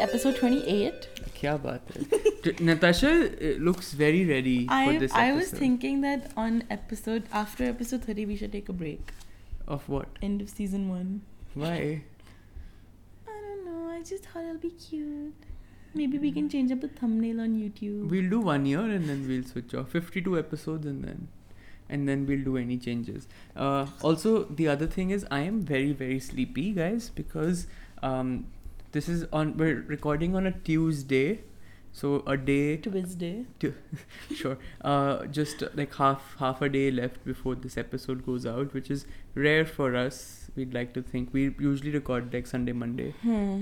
episode 28. क्या बात है T- Natasha uh, looks very ready E, for I this episode. I was thinking that on episode after episode 30 we should take a break. of what? End of season 1. Why? I don't know. I just thought it'll be cute. Maybe we can change up the thumbnail on YouTube. We'll do one year and then we'll switch off. Fifty-two episodes and then, and then we'll do any changes. Uh, also, the other thing is I am very very sleepy, guys, because um, this is on we're recording on a Tuesday, so a day Tuesday. sure uh, just uh, like half half a day left before this episode goes out, which is rare for us. We'd like to think we usually record like Sunday, Monday, Hmm.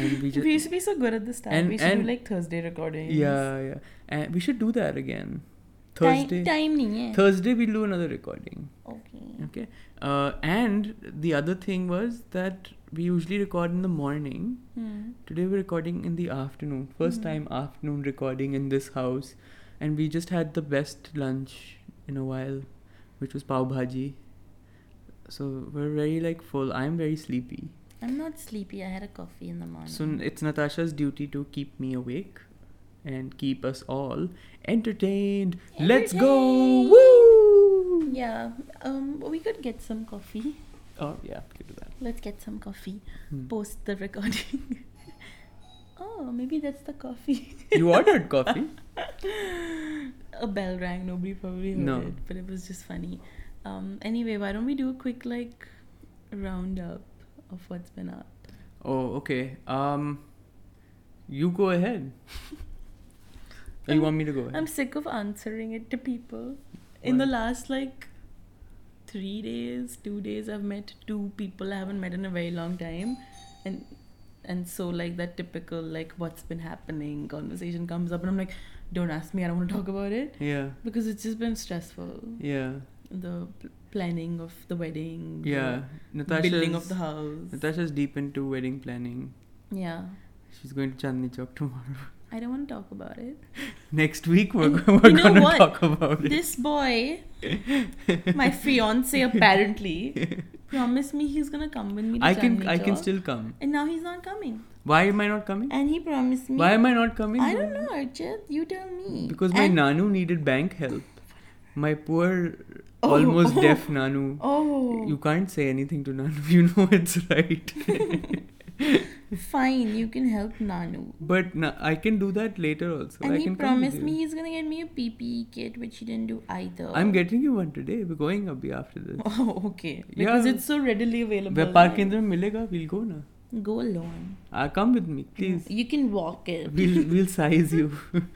and we just We used to be so good at this time. And- we should and- do like Thursday recordings. Yeah, yeah. And we should do that again. Time, Thursday. time nahi hai. Thursday we'll do another recording. okay. Okay. Uh, and the other thing was that we usually record in the morning. Hmm. Today we're recording in the afternoon. First Mm. time afternoon recording in this house, and we just had the best lunch in a while, which was pav bhaji. So we're very like full. I'm very sleepy. I'm not sleepy. I had a coffee in the morning. So n- it's Natasha's duty to keep me awake and keep us all entertained. Let's go! Entertained. Woo! yeah. Um. We could get some coffee. Oh, yeah, we could do that. Let's get some coffee. Hmm. Post the recording. oh, maybe that's the coffee. Hmm. You ordered coffee. a bell rang. Nobody probably heard No. it, but it was just funny. Um. Anyway, why don't we do a quick like roundup of what's been up? Oh, okay. Um, you go ahead. Or you I'm- want me to go ahead? I'm sick of answering it to people. In the Why? last like three days, two days, I've met two people I haven't met in a very long time, and and so like that typical like what's been happening conversation comes up, and I'm like, don't ask me, I don't want to talk about it yeah, because it's just been stressful. yeah, The pl- planning of the wedding, the yeah. Natasha's, building of the house, Natasha's deep into wedding planning. yeah. She's going to Chandni Chowk tomorrow. I don't want to talk about it. Next week we're, And go- we're you know gonna what? talk about it. This boy, my fiance apparently, promised me he's gonna come with me. To I can Chandni I can Chowk. still come. And now he's not coming. Why am I not coming? And he promised me. Why am I not coming? I don't know, Archit. You tell me. Because my And- Nanu needed bank help. My poor, Oh, almost oh. deaf Nanu. Oh. You can't say anything to Nanu. You know it's right. Fine, you can help Nanu. but na- I can do that later also. and I he can come with promised you. me he's gonna get me a PPE kit, which he didn't do either. I'm getting you one today. We're going Abhi after this. Oh, okay. Because Yeah. it's so readily available. Vyapar now. Kendra milega. We'll go na. Go alone. Ah, come with me, please. You can walk it. we'll we'll size you.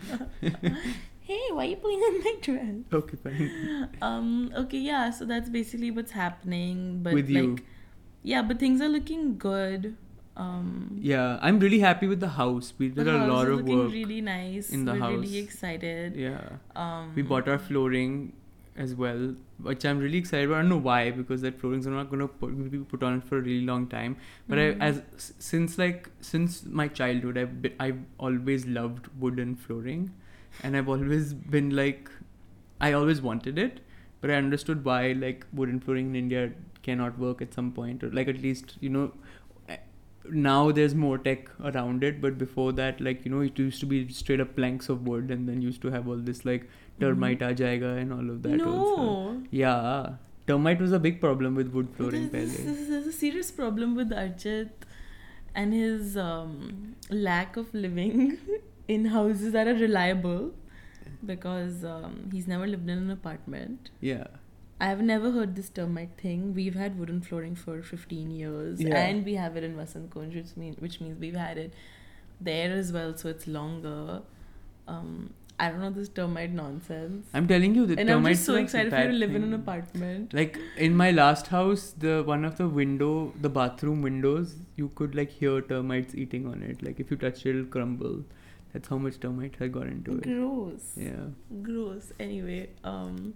hey, why are you pulling on my dress? okay, fine. um okay yeah so that's basically what's happening but With like you. yeah but things are looking good um Yeah, I'm really happy with the house. We the did a house lot is of looking work. really nice in the we're house. really excited yeah. um We bought our flooring as well, which I'm really excited about. I don't know why, because that flooring's not going to put, be put on it for a really long time. But I, as s- since like since my childhood, I've been, I've always loved wooden flooring, and I've always been like, I always wanted it, but I understood why like wooden flooring in India cannot work at some point, or like at least you know. eh, Now there's more tech around it, but before that, like you know, it used to be straight up planks of wood, and then used to have all this like termite aa jayega and all of that Mm-hmm. no also. Yeah. Termite was a big problem with wood flooring There's- pehle. This, this, is a serious problem with Archit and his um, lack of living in houses that are reliable because um, he's never lived in an apartment. Yeah. I've never heard this termite thing. We've had wooden flooring for 15 years, Yeah. and we have it in Vasant Kunj, which, mean, which means we've had it there as well, so it's longer. Um, I don't know this termite nonsense. I'm telling you, the and termites I'm just so were a excited for you to bad live in an thing. apartment. Like in my last house, the one of the window, the bathroom windows, you could like hear termites eating on it. Like if you touch it, it'll crumble. That's how much termite had got into it. Gross. Yeah. Gross. Anyway, um,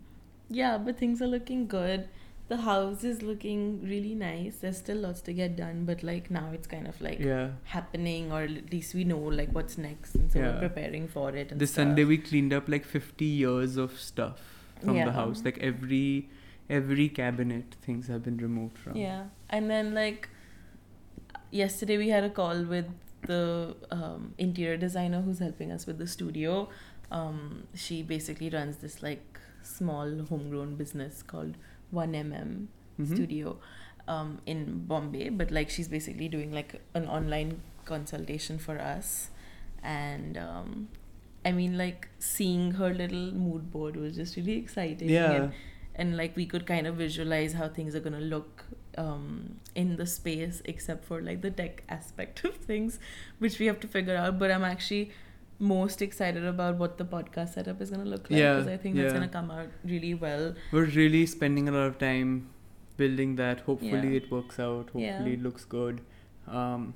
yeah, but things are looking good. The house is looking really nice. There's still lots to get done, but like now it's kind of like. Yeah. happening or at least we know like what's next and so Yeah. we're preparing for it and This stuff. Sunday we cleaned up like 50 years of stuff from the Yeah. house. Like every every cabinet things have been removed from. yeah and then like yesterday we had a call with the um, interior designer who's helping us with the studio. Um, she basically runs this like small homegrown business called One MM Mhm. Studio um, in Bombay, but like she's basically doing like an online consultation for us, and um, I mean like seeing her little mood board was just really exciting. Yeah. And, and like we could kind of visualize how things are gonna look um, in the space, except for like the tech aspect of things, which we have to figure out. But I'm actually most excited about what the podcast setup is gonna look like Yeah, because I think that's yeah. gonna come out really well. We're really spending a lot of time building that. Hopefully Yeah. it works out. Hopefully Yeah. it looks good. Um,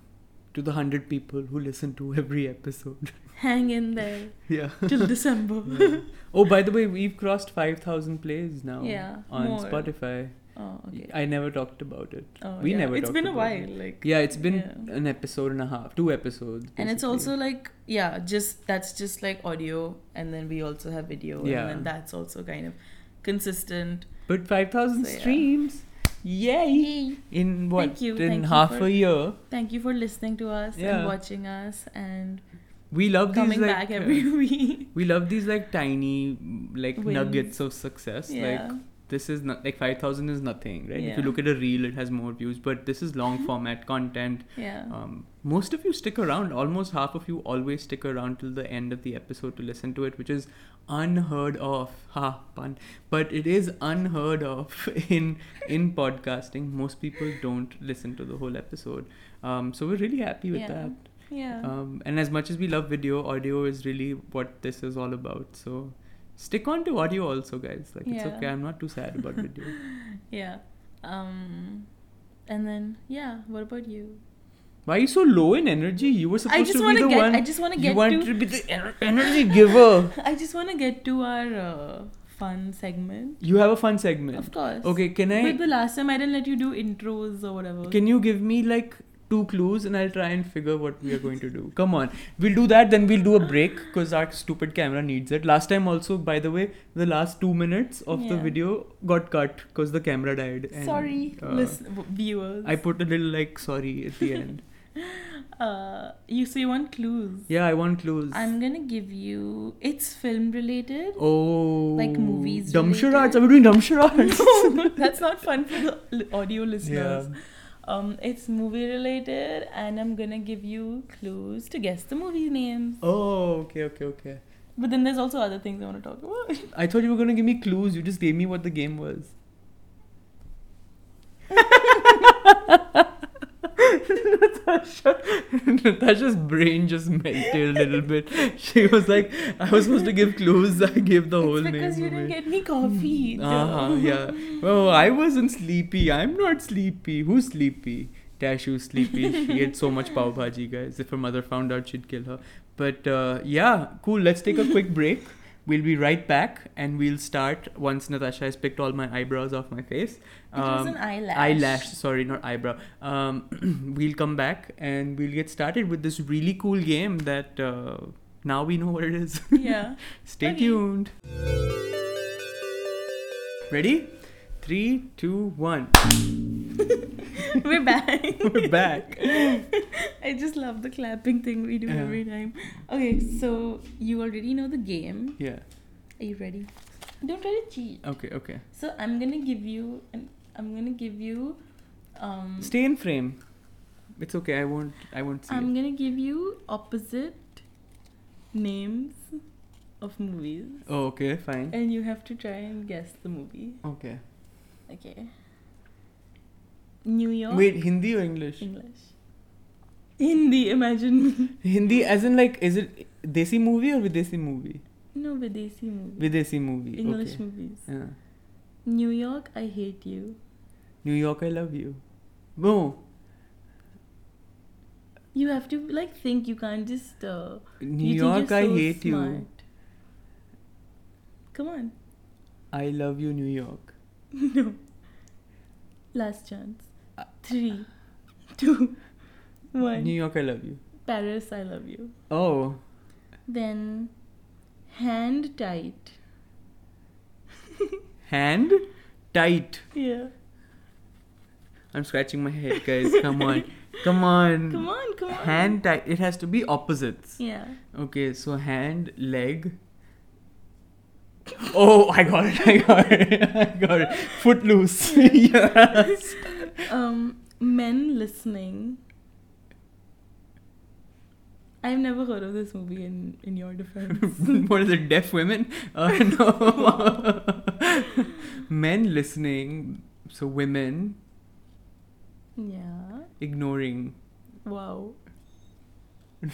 to the hundred people who listen to every episode. Hang in there yeah. till December. Yeah. Oh, by the way, we've crossed five thousand plays now. Yeah, On more. Spotify. Oh, okay. I never talked about it. Oh, we yeah. never. It's talked been a about while, It. like Yeah, it's been yeah. an episode and a half, two episodes. and it's basically. also like yeah, just that's just like audio, and then we also have video, Yeah. and then that's also kind of consistent. but five thousand So, yeah. streams. Yay! In what? Thank you, In thank you half for- a year, Thank you for listening to us Yeah. and watching us and we love coming these like back uh, every week. we love these like tiny like Wins. nuggets of success. yeah, Like this is not like five thousand is nothing, right? If you Yeah. look at a reel, it has more views, but this is long format content. yeah. Um, most of you stick around. Almost half of you always stick around till the end of the episode to listen to it, which is unheard of. Ha pun, but it is unheard of in in podcasting. Most people don't listen to the whole episode, um, so we're really happy with Yeah. that. yeah. Um, and as much as we love video, audio is really what this is all about. So stick on to audio also, guys. Like it's Yeah. okay. I'm not too sad about video. yeah. Um and then yeah, what about you? Why are you so low in energy? You were supposed I just to be wanna the get one. I just wanna you get want to to be the ener- energy giver. I just wanna get to our uh, fun segment. You have a fun segment. Of course. Okay, can I? But the last time I didn't let you do intros or whatever. Can you give me like two clues and I'll try and figure what we are going to do? Come on. We'll do that, then we'll do a break because our stupid camera needs it. Last time, also, by the way, the last two minutes of the Yeah. video got cut because the camera died. and, Sorry, uh, listen, w- viewers. I put a little like sorry at the end. uh, you so you want clues? yeah, I want clues. I'm gonna give you. It's film related. Oh, Like movies Dumb related. charades. Are we doing dumb charades? no, that's not fun for the l- audio yeah. listeners. Um, it's movie related, and I'm gonna give you clues to guess the movie names. Oh, okay, okay, okay. But then there's also other things I want to talk about. I thought you were gonna give me clues. You just gave me what the game was. Natasha, Natasha's brain just melted a little bit. She was like, "I was supposed to give clues. I gave the whole it's because name you didn't away." get me coffee. Uh-huh, duh. yeah. Oh, I wasn't sleepy. I'm not sleepy. Who's sleepy? Tashu's sleepy. She ate so much pav bhaji, guys. If her mother found out, she'd kill her. But uh, yeah, cool. Let's take a quick break. We'll be right back, and we'll start once Natasha has picked all my eyebrows off my face. It was Um, an eyelash. eyelash sorry not eyebrow um, we'll come back and we'll get started with this really cool game that uh, now we know what it is Yeah. stay Okay. tuned ready three two one We're back. we're back I just love the clapping thing we do Yeah. every time. Okay, so you already know the game. yeah Are you ready? Don't try to cheat. okay okay So I'm gonna give you an I'm gonna give you um stay in frame it's okay i won't i won't see I'm it. gonna give you opposite names of movies. oh okay fine And you have to try and guess the movie. okay Okay. New York wait hindi or english English. Hindi, imagine me. hindi as in like is it desi movie or videsi movie No Videsi movie. videsi movie English okay. movies. yeah New York, I hate you. New York, I love you. No, You have to like think. You can't just. Uh, New you York, think you're I so hate you. smart. Come on, I love you, New York. no. Last chance. Uh, Three, two, one. New York, I love you. Paris, I love you. Oh, Then, hand tight. hand tight. Yeah. I'm scratching my head, guys. Come on. Come on. Come on, come on. Hand tie. It has to be opposites. Yeah. Okay, so hand, leg. Oh, I got it. I got it. I got it. Foot loose. yes. Um, men listening. I've never heard of this movie in, in your defense. what is it? Deaf women? Uh, no. Men listening. So women yeah. ignoring. Wow.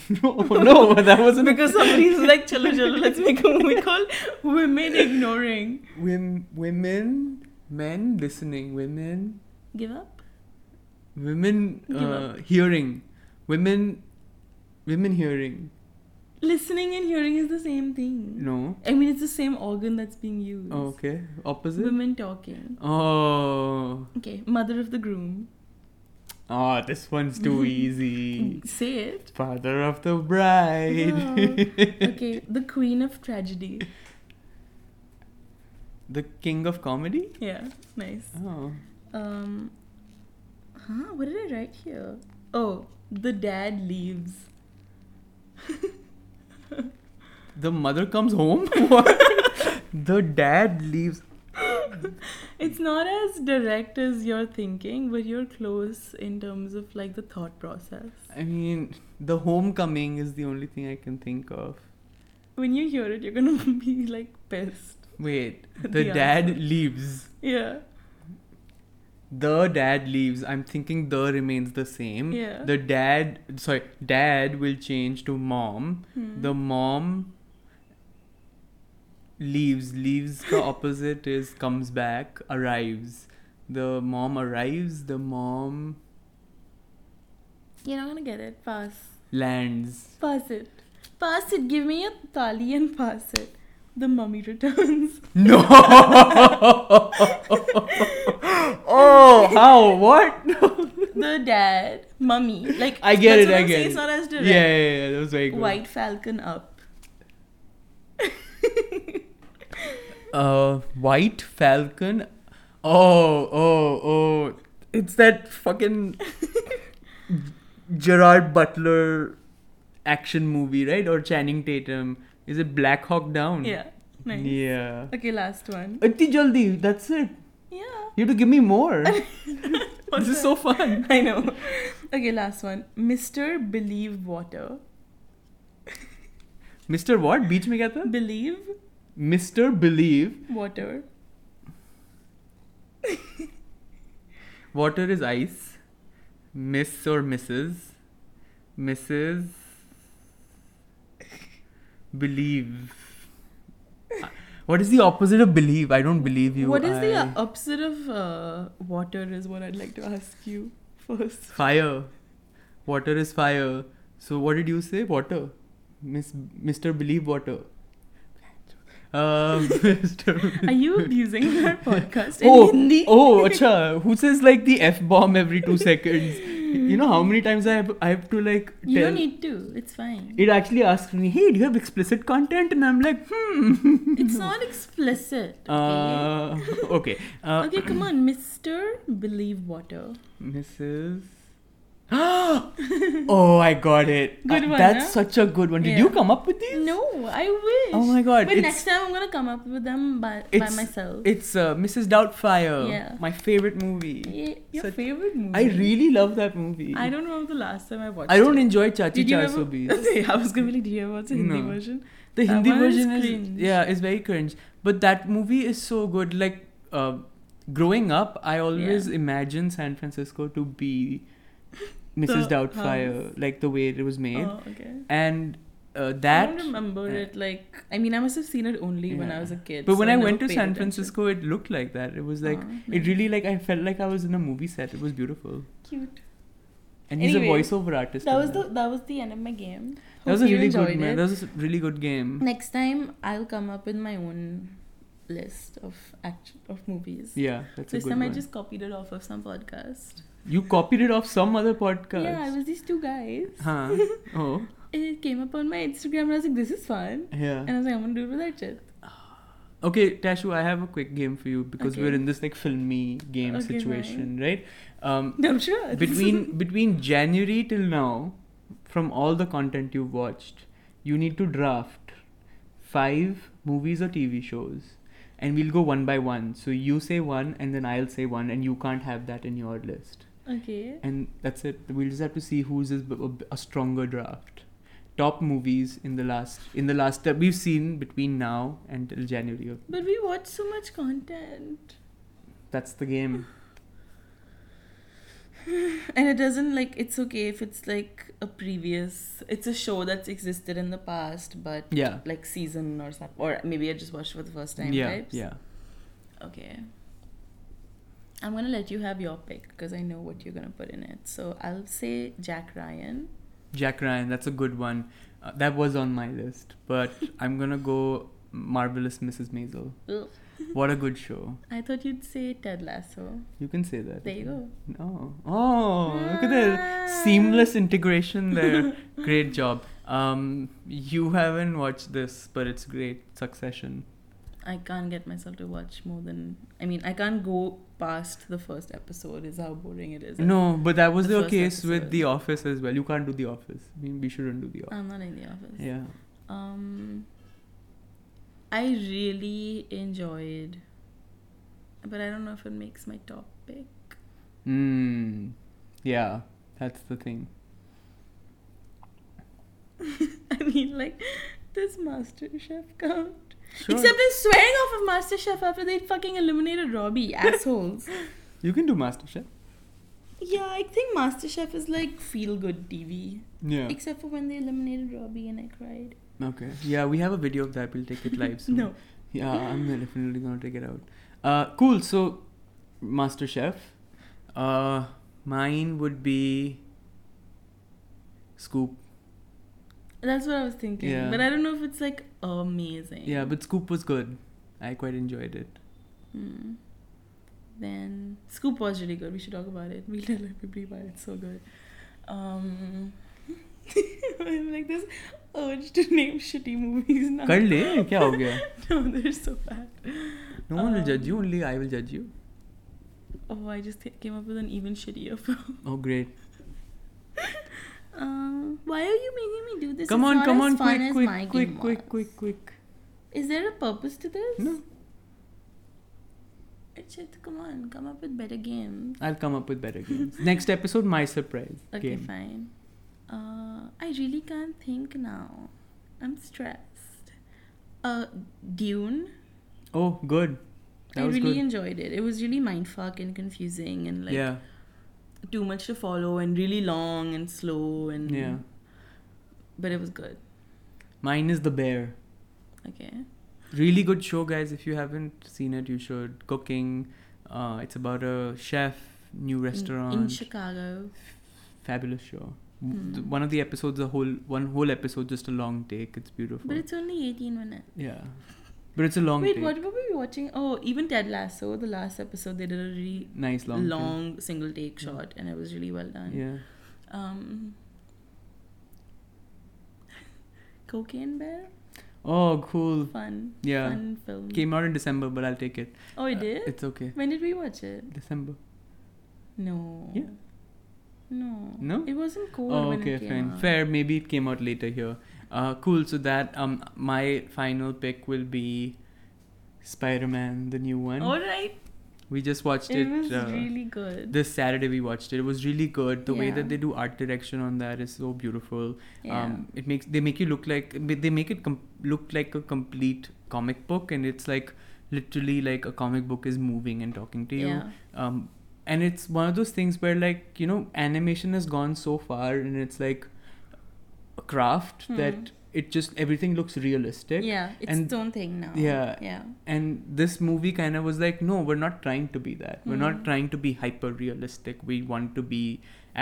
no, Oh, no, that wasn't because somebody's like, chalo chalo, let's make a movie called Women Ignoring. Wim- women, men listening, women, Give up? women Give uh, hearing, women, women hearing. Listening and hearing is the same thing. No. I mean, it's the same organ that's being used. Oh, okay. Opposite. Women talking. Oh. Okay, mother of the groom. Oh, this one's too easy. Say it. Father of the bride. No. Okay, the queen of tragedy. The king of comedy. Yeah, nice. Oh. Um, huh? What did I write here? Oh, the dad leaves. The mother comes home. what? the dad leaves. It's not as direct as you're thinking, but you're close in terms of like the thought process. I mean, the homecoming is the only thing I can think of. When you hear it, you're gonna be like pissed. Wait, the, The dad answer. leaves. Yeah. The dad leaves. I'm thinking the remains the same. Yeah. The dad, sorry, dad will change to mom. Hmm. Mm-hmm. The mom leaves. Leaves, the opposite is comes back, arrives. The mom arrives, the mom You're not gonna get it. Pass. lands. Pass it. Pass it. Give me a thali and pass it. The mummy returns. No! oh, how? What? the dad, mummy. Like I get that's it, what I I'm get saying, it. It's not as yeah, direct. yeah, yeah, that was very good. White Falcon up. Hmm. Uh, White Falcon. Oh, oh, oh! It's that fucking Gerard Butler action movie, right? Or Channing Tatum. Is it Black Hawk Down? Yeah. Nice. Yeah. Okay, last one. Atti jaldi. That's it. Yeah. You have to give me more. What's this that? is so fun. I know. Okay, last one. Mr. Believe Water. Mr. What? Beach में क्या था? Believe Mr. Believe. Water. Water is ice. Miss or Mrs. Mrs. Believe. I- What is the opposite of believe? I don't believe you. what is the I- uh, opposite of uh, water is what I'd like to ask you first. fire? Water is fire. So what did you say? Water. Miss Mr. Believe Water. Um, Mr. Are you abusing our podcast in Oh, Hindi? oh, acha. Who says like the f bomb every two seconds? You know how many times I have I have to like. You tell... don't need to. It's fine. it actually asks me, "Hey, do you have explicit content?" And I'm like, "Hmm." it's not explicit. Okay? Uh, okay. Uh, okay, come on, Mr. Believe Water. Mrs. oh, I got it. Good Uh, one, That's huh? such a good one. Did you Yeah. come up with these? No, I wish. Oh my god! But it's next time I'm gonna come up with them by, by it's- myself. it's uh, Mrs. Doubtfire. Yeah. My favorite movie. Yeah, your such- favorite movie. I really love that movie. I don't remember the last time I watched. I don't it. enjoy Chachi Did you Char ever? Sobis. Okay, I was gonna be like, did you ever watch the Hindi No. version? The That Hindi one is version is, cringe. yeah, is very cringe. But that movie is so good. Like uh, growing up, I always imagined San Francisco to be Mrs. The Doubtfire, like the way it was made, Oh, okay. and uh, I don't that. remember yeah. it. Like, I mean, I must have seen it only when I Yeah. was a kid. But when so I never went to paid San attention. Francisco, it looked like that. It was like Oh, it nice. really like I felt like I was in a movie set. It was beautiful, cute. and Anyway, he's a voiceover artist. That in was the that was the end of my game. that was Hope a you really good enjoyed man. it. That was a really good game. Next time I'll come up with my own list of action of movies. Yeah, that's a this good time one. I just copied it off of some podcast. You copied it off some other podcast. Yeah, it was these two guys. Huh. Oh. It came up on my Instagram and I was like, this is fun. Yeah. And I was like, I'm gonna do it with Archit. Okay, Tashu, I have a quick game for you because Okay. we're in this like filmy game Okay, situation, right? Um, I'm sure. between between January till now, from all the content you've watched, you need to draft five movies or TV shows, and we'll go one by one. So you say one, and then I'll say one, and you can't have that in your list. Okay. And that's it. We'll just have to see whose is b- a- a stronger draft. Top movies in the last in the last that we've seen between now and till January. of But we watch so much content. That's the game. And it doesn't like it's okay if it's like a previous it's a show that's existed in the past but Yeah. like season or something or maybe I just watched for the first time yeah. types. Yeah. Okay. I'm gonna let you have your pick because I know what you're gonna put in it. So I'll say Jack Ryan. Jack Ryan. That's a good one. Uh, that was on my list, but I'm gonna go marvelous Mrs. Maisel. Ugh. What a good show. I thought you'd say Ted Lasso. You can say that. There you go. Ah. No. Oh, look at that seamless integration there. great job. Um, you haven't watched this, but it's great. Succession. I can't get myself to watch more than I mean I can't go past the first episode is how boring it is. No, but that was The the, first case with episode. Oh. The Office as well. You can't do The Office. I mean, we shouldn't do The Office. I'm not in the office. Yeah. Um, I really enjoyed, but I don't know if it makes my top pick. Mm. Yeah. That's the thing. I mean, like, does Master Chef count? Sure. Except they're swearing off of Master Chef after they fucking eliminated Robbie, assholes. you can do MasterChef. yeah, I think Master Chef is like feel good TV. Yeah. Except for when they eliminated Robbie and I cried. Okay. Yeah, we have a video of that. We'll take it live soon. No. Yeah, I'm definitely gonna take it out. Uh, cool. So, Master Chef. Uh, mine would be Scoop. That's what I was thinking. Yeah. But I don't know if it's like amazing. Yeah, but Scoop was good. I quite enjoyed it. Mm. Then Scoop was really good. We should talk about it. We'll tell everybody why it's so good. Um, I'm like this urge to name shitty movies now. कर ले क्या हो गया? no, they're so bad. No one will Um, judge you. Only I will judge you. Oh, I just ca- came up with an even shittier film. Oh, great. Um, why are you making me do this? come It's on, not come as on, fun quick, as quick, my quick, game quick, was. quick, quick. Is there a purpose to this? No, Richard, come on, come up with better games. I'll come up with better games. Next episode, my surprise Okay, game. fine. Uh, I really can't think now. I'm stressed. Uh, Dune. Oh, good. That I was really good. enjoyed it. It was really mindfuck and confusing and like yeah, too much to follow and really long and slow and yeah. But it was good. Mine is the bear. Okay. really good show guys if you haven't seen it you should cooking uh, it's about a chef new In- restaurant in, Chicago. fabulous show Hmm. The- one of the episodes a whole one whole episode just a long take it's beautiful But it's only 18 minutes. yeah but it's a long Wait, take what were we watching? Oh, even Ted Lasso, the last episode, they did a really nice long long, take. single take Yeah. shot, and it was really well done. yeah Um, Cocaine Bear? oh cool Fun. yeah Fun film. came out in december but i'll take it oh, it Uh, did? it's okay when did we watch it? december No. Yeah. No. No? It wasn't cold Oh, when okay, it came fine. out. Fair. Maybe it came out later here. Uh, cool. So that um, my final pick will be Spider-Man, the new one. All right. We just watched Oh, It it. was uh, really good. this Saturday we watched it. It was really good. The way Yeah. that they do art direction on that is so beautiful. yeah. Um, it makes they make you look like they make it com- look like a complete comic book, and it's like literally like a comic book is moving and talking to you yeah. um, and it's one of those things where like you know animation has gone so far and it's like a craft Hmm. that it just everything looks realistic Yeah. It's and- its own thing now. Yeah. Yeah. and this movie kind of was like no we're not trying to be that we're Hmm. not trying to be hyper realistic we want to be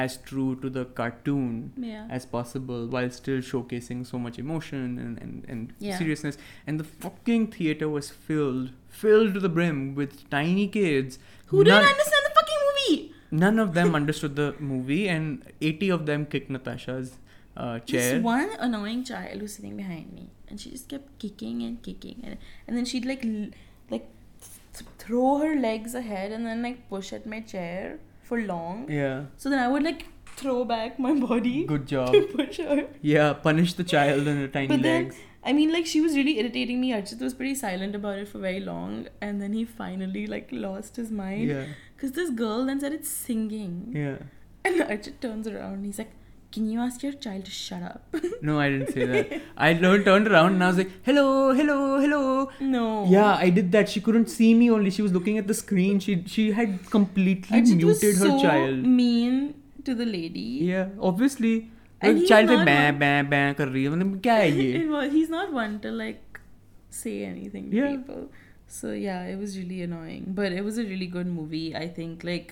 as true to the cartoon Yeah. as possible while still showcasing so much emotion and, and, and Yeah. seriousness. And the fucking theater was filled, filled to the brim with tiny kids. Who didn't None- understand the fucking movie? None of them understood the movie, and 80 of them kicked Natasha's uh, This chair. one annoying child who's sitting behind me, and she just kept kicking and kicking, and and then she'd like l- like th- throw her legs ahead and then like push at my chair for long. Yeah. So then I would like throw back my body Good job. to push her. Yeah, punish the child and her tiny But then- legs. I mean, like she was really irritating me. Archit was pretty silent about it for very long, and then he finally like lost his mind Yeah, because this girl then started singing, yeah. and Archit turns around and he's like, "Can you ask your child to shut up?" No, I didn't say that. I turned turned around and I was like, "Hello, hello, hello." no. Yeah, I did that. She couldn't see me only. She was looking at the screen. She she had completely Archit muted was her so child. mean to the lady. Yeah, obviously. And The he's child not पे bang one- bang bang कर रही है मतलब क्या है ये? It was- he's not one to like say anything to Yeah. people. So yeah, it was really annoying, but it was a really good movie. I think like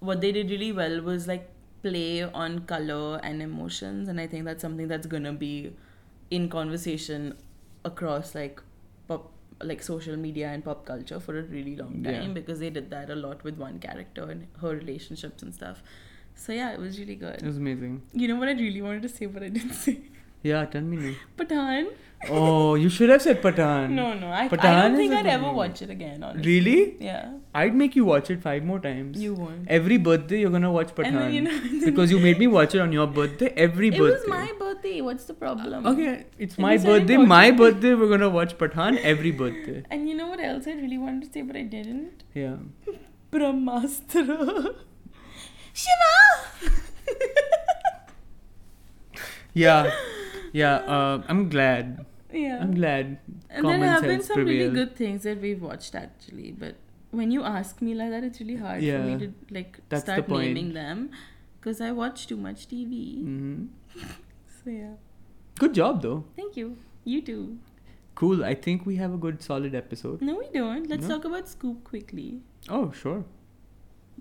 what they did really well was like play on color and emotions, and I think that's something that's gonna be in conversation across like pop like social media and pop culture for a really long Yeah. time because they did that a lot with one character and her relationships and stuff. So yeah, it was really It good. was amazing. You know what I really wanted to say, but I didn't say. Yeah, tell me now. Patan. Oh, you should have said Patan. No, no. I, I Pathaan don't is think a I'd good ever movie. watch it again. Honestly. Really? Yeah. I'd make you watch it five more times. You won't. Every birthday you're gonna watch Patan. And then, you know, because you made me watch it on your birthday every it was birthday. my birthday. What's the problem? Okay, it's At my least I didn't birthday. watch My it. birthday, we're gonna watch Pathan every birthday. And you know what else I really wanted to say, but I didn't? Yeah. Brahmastra. Shiva! Yeah. Yeah. Uh, I'm glad. yeah. I'm glad. and there common have been sense some really prevailed. good things that we've watched actually, but when you ask me like that, it's really hard for Yeah. me to like That's the start point. naming them because I watch too much TV. hmm So yeah. Good job, though. Thank you. You too. Cool. I think we have a good, solid episode. No, we don't. Let's No? talk about Scoop quickly. Oh, sure.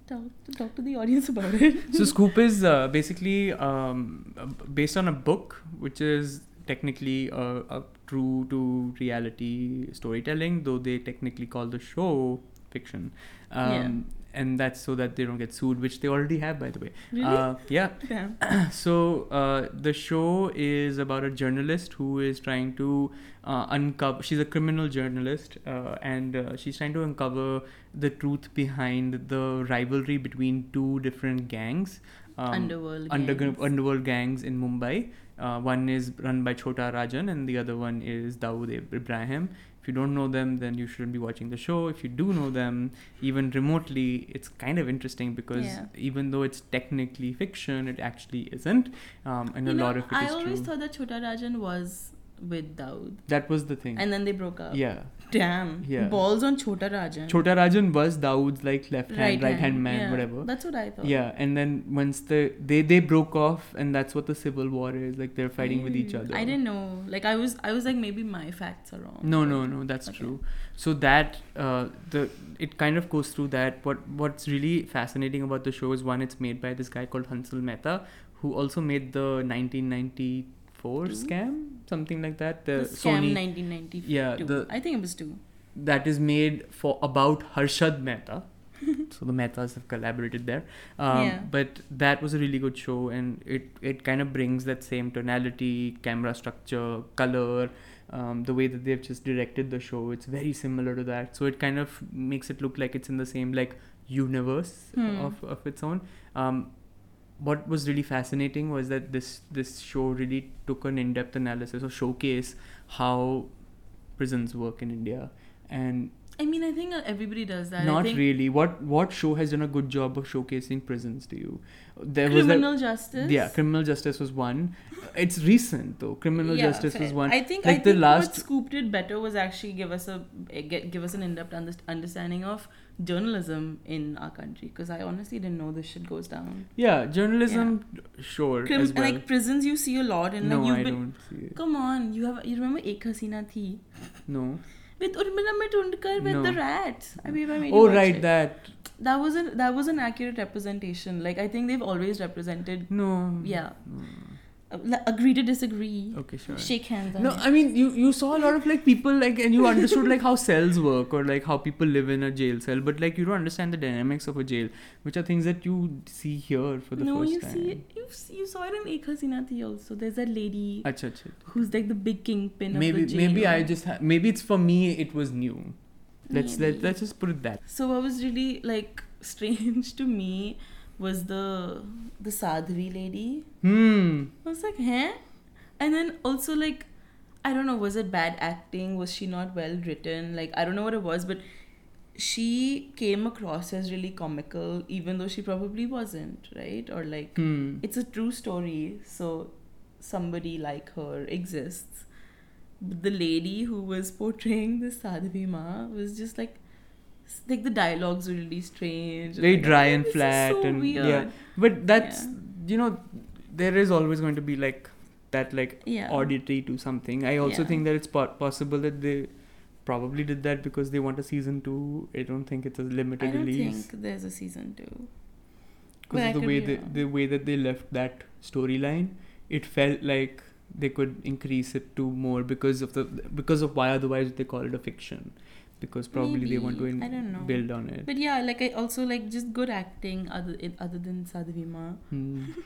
Talk to, talk to the audience about it. So Scoop is uh, basically um, uh, based on a book, which is technically a, a true to reality storytelling, though they technically call the show fiction. Um, Yeah. And that's so that they don't get sued, which they already have, by the way. Really? Uh, yeah. Damn. So uh, the show is about a journalist who is trying to uh, uncover. She's a criminal journalist, uh, and uh, she's trying to uncover the truth behind the rivalry between two different gangs. Um, Underworld. undergr- gangs. underworld gangs in Mumbai. Uh, one is run by Chota Rajan, and the other one is Dawood Ibrahim. If you don't know them, then you shouldn't be watching the show. If you do know them, even remotely, it's kind of interesting because Yeah. even though it's technically fiction, it actually isn't, um, and You a know, lot of it is I always true. thought that Chota Rajan was with Daud. that was the thing. And uh, then they broke up. yeah, Damn. Yeah. Balls on Chota Rajan. Chota Rajan was Dawood's like left hand, right hand man, Yeah. whatever. That's what I thought. yeah, and then once the they they broke off, and that's what the civil war is like. They're fighting with each Mm. other. I didn't know. Like I was I was like maybe my facts are wrong. No, but- no, no. That's Okay. true. So that uh, the it kind of goes through that. What what's really fascinating about the show is one, it's made by this guy called Hansel Mehta, who also made the 1994 Two? scam, something like that. The The, scam Sony 1992. Yeah, the- I think it was two. that is made for about Harshad Mehta. so the Mehtas have collaborated there. Um, Yeah. But that was a really good show, and it it kind of brings that same tonality, camera structure, color, um, the way that they've just directed the show. It's very similar to that, so it kind of makes it look like it's in the same like universe Hmm. of of its own. Um, what was really fascinating was that this this show really took an in-depth analysis or showcase how prisons work in India and I mean I think uh, everybody does that. I not think really what what show has done a good job of showcasing prisons to you there Criminal was that justice. yeah criminal justice was one it's recent though criminal Yeah, justice was fair. one I think like I the think what last scooped it better was actually give us a eh, get, give us an in-depth under- understanding of journalism in our country because I honestly didn't know this shit goes down. yeah journalism sure Crim- as well Like prisons, you see a lot, and no like you've i been. don't see it Come on, you have you remember Ek Hasina Thi no with Urmila Matondkar with No. the rats. I mean, I made you oh watch right it. that That was an that was an accurate representation. Like I think they've always represented. no Yeah. No. Uh, like, agree to disagree. Okay, sure. Shake hands. On No, it. I mean you you saw a lot of like people like and you understood like how cells work or like how people live in a jail cell, but like you don't understand the dynamics of a jail, which are things that you see here for the no, first you time. see, it- you see, you saw it in Ek Hasina Thi also. There's that lady Achha, achha. who's like the big kingpin Maybe of the jail. maybe I just ha- maybe it's for me it was new. Let's let, Maybe. let's just put it that. So what was really like strange to me was the the sadhvi lady. Hmm. I was like, huh? And then also like, I don't know, was it bad acting? Was she not well written? Like I don't know what it was, but she came across as really comical, even though she probably wasn't, right? Or like Hmm. it's a true story, so somebody like her exists. But the lady who was portraying this Sadhvi Ma was just like, s- like the dialogues were really strange. Very Like, dry oh, and this is flat so and weird. yeah. But that's you know there is always going to be like that like yeah. auditory to something. I also Yeah. think that it's po- possible that they probably did that because they want a season two. I don't think it's a I limited don't release think there's a season two. But because I of the could way be they, wrong. the way that they left that storyline. It felt like they could increase it to more because of the because of why otherwise they call it a fiction because probably they want to Maybe. I don't know. in- build on it. But yeah, like I also like just good acting other in, other than Sadhvi Ma. Hmm.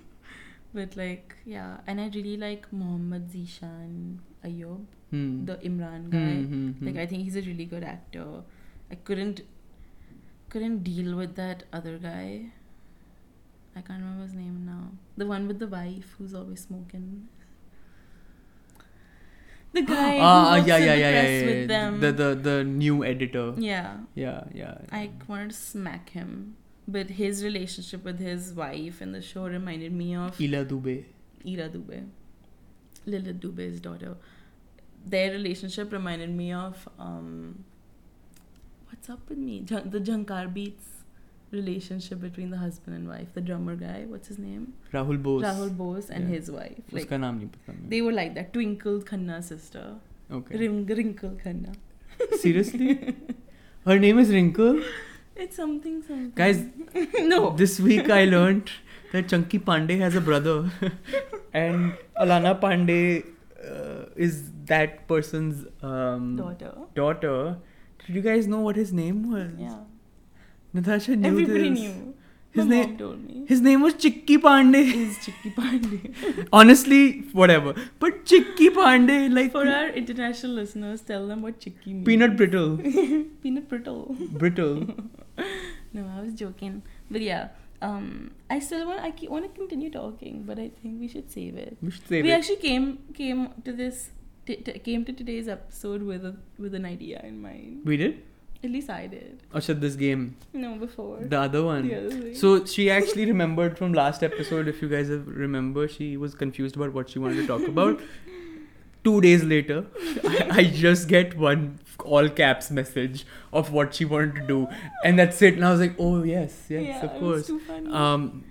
But like yeah, and I really like Mohammad Zishan Ayob, Hmm. the Imran guy. Hmm, hmm, hmm. Like I think he's a really good actor. I couldn't couldn't deal with that other guy. I can't remember his name now. The one with the wife who's always smoking. The guy who ah, ah, works yeah, in yeah, the yeah, yeah, press yeah, with them. The the the new editor. yeah, Yeah, yeah. I wanted to smack him. But his relationship with his wife in the show reminded me of Ila Dubey. Ira Dubey, Lilith Dubey's daughter. Their relationship reminded me of um, what's up with me? Jan- the Jankar Beats relationship between the husband and wife. The drummer guy, what's his name? Rahul Bose. Rahul Bose and Yeah. his wife. Like उसका नाम नहीं पता मुझे. they were like that. Twinkle Khanna sister, Okay. Ring- Wrinkle Khanna. Seriously? Her name is Wrinkle. It's something something. Guys, no. This week I learned that Chunky Pandey has a brother, and Alana Pandey uh, is that person's um, daughter. daughter. Did you guys know what his name was? Yeah. Natasha knew Everybody this. knew. His My name- mom told me. His name was Chicky Pandey. is Chicky Pandey. Honestly, whatever. But Chicky Pandey, like For our international listeners, tell them what chicky means. peanut brittle, Peanut brittle. brittle. No, I was joking. But yeah, um, I still want. I want to continue talking, but I think we should save it. We should save we it. actually came came to this t- t- came to today's episode with a with an idea in mind. we did. At least I did. Or should this game? No, before The other one. the other thing. So she actually remembered from last episode. If you guys have remember, she was confused about what she wanted to talk about. Two days later, I, I just get one all caps message of what she wanted to do, and that's it. And I was like, oh yes, yes, yeah, of it was course. too funny. Um,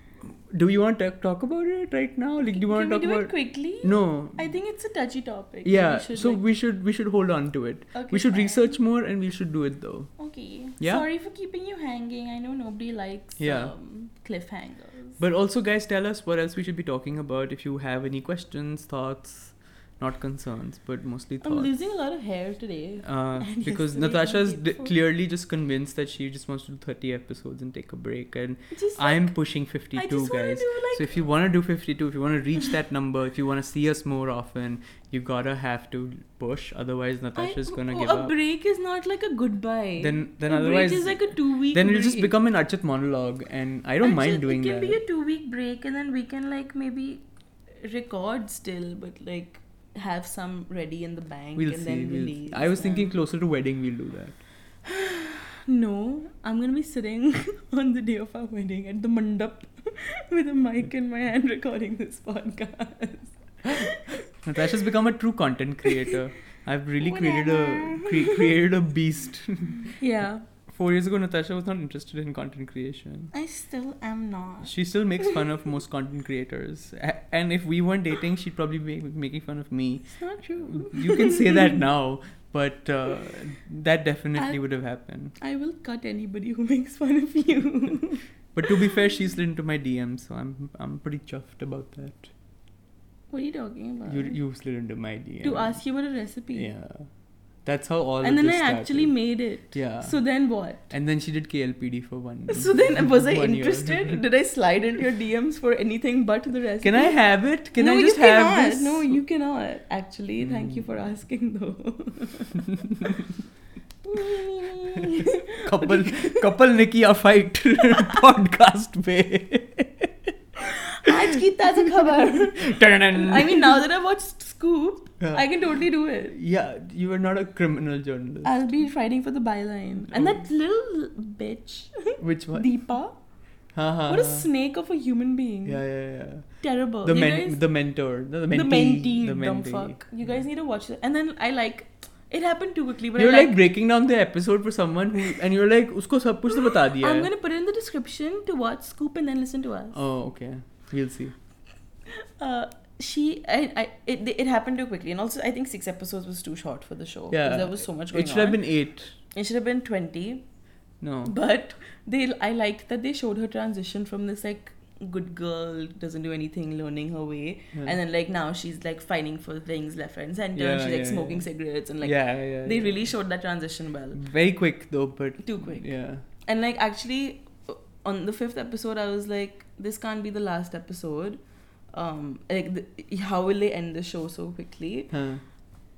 do you want to talk about it right now? Like, do you Can want to we talk do about? it quickly? No. I think it's a touchy topic. so yeah. We should, so like- we should we should hold on to it. okay, we should fine. research more, and we should do it though. Okay. Yeah? Sorry for keeping you hanging. I know nobody likes Yeah. um, cliffhangers. But also, guys, tell us what else we should be talking about if you have any questions, thoughts, not concerns, but mostly I'm thoughts. losing a lot of hair today. Uh, And because yesterday Natasha's and d- before. clearly just convinced that she just wants to do 30 episodes and take a break, and Just I'm pushing I 52, just wanna guys. do like so if you want to do 52, if you want to reach that number, if you want to see us more often, you gotta have to push. Otherwise, Natasha's I- gonna oh, give a up. break is not like a goodbye. Then, then a otherwise, break is like a two week. then it'll just become an Archit monologue, and I don't mind doing it that. can be a two week break, and then we can like maybe record still, but like have some ready in the bank we'll and see. then we'll- release. I was thinking them. closer to wedding, we'll do that. No, I'm gonna be sitting on the day of our wedding at the mandap with a mic in my hand recording this podcast. Natasha's become a true content creator. I've really created a Whatever. cre- created a beast. Yeah, Four years ago, Natasha was not interested in content creation. I still am not. She still makes fun of most content creators, A- and if we weren't dating, she'd probably be making fun of me. It's not true. You can say that now, but uh, that definitely I- would have happened. I will cut anybody who makes fun of you. But to be fair, she's slid into my DM, so I'm I'm pretty chuffed about that. What are you talking about? You you slid into my DM to ask you about a recipe. uh, Yeah, that's how all. and of then I this actually started. made it. Yeah. So then what? and then she did KLPD for one. So then was I one year. interested? Did I slide into your DMs for anything but the recipe? Can I have it? Can no, I just you cannot. have this? No, you cannot. Actually, thank you for Mm. asking though. couple couple ne किया fight podcast पे. आज की ताजा खबर. I mean, now that I've watched Scoop, Yeah. I can totally do it. Yeah, you were not a criminal journalist. I'll be fighting for the byline. And Oh. that little bitch, Which one? Deepa, Ha, ha, what a ha. snake of a human being. Uh-huh. Yeah, yeah, yeah. Terrible. The You men, guys- the mentor, the, the the mentee, mentee, the dumb mentee. fuck. You guys need to watch it. And then I like, it happened too quickly, but You're I like, like, breaking down the episode for someone who, and you're like, उसको सब कुछ तो बता दिया I'm है." gonna put it in the description to watch Scoop and then listen to us. Oh, okay. We'll see. Uh, she, I, I, it, it happened too quickly, and also I think six episodes was too short for the show. 'cause Yeah. there was so much going It should on. have been eight. it should have been twenty, No. but they, I liked that they showed her transition from this like good girl doesn't do anything, learning her way, Yeah. and then like now she's like fighting for things left, right, and center. and Yeah, she's like yeah, smoking yeah. cigarettes and like yeah, yeah. they yeah. really showed that transition well. very quick though, but Too quick. Yeah. And like actually, uh, on the fifth episode, I was like, this can't be the last episode. Um, like the, how will they end the show so quickly? Huh.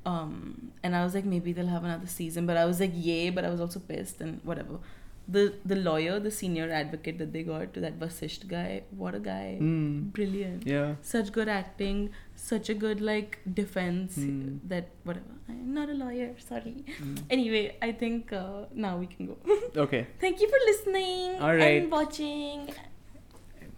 Um, and I was like, maybe they'll have another season. But I was like, yay! But I was also pissed and whatever. The the lawyer, the senior advocate that they got, that Vasisht guy, what a guy! Mm. Brilliant. Yeah. Such good acting, such a good like defense Mm. that whatever. I'm not a lawyer, sorry. Mm. Anyway, I think uh, now we can go. Okay. Thank you for listening All right. and watching.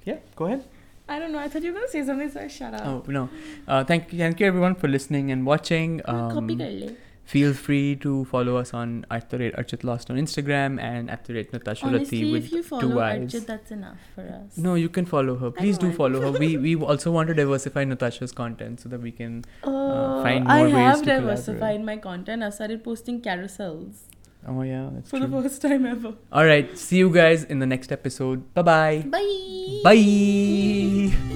Yeah. Go ahead. I don't know. I thought you were gonna say something, so I shut up. Oh no. Uh, thank you, thank you everyone for listening and watching. Copy Um, feel free to follow us on at the rate Archit Lost on Instagram and at the rate Natasha Rathi Honestly, with if you two follow eyes. Arjit, that's enough for us. No, you can follow her. Please do don't follow her. We we also want to diversify Natasha's content so that we can. Oh, Uh, find I more ways have to diversified collaborate. my content. I started posting carousels Oh yeah, that's for the true. first time ever. All right, see you guys in the next episode. Bye bye. Bye. Bye.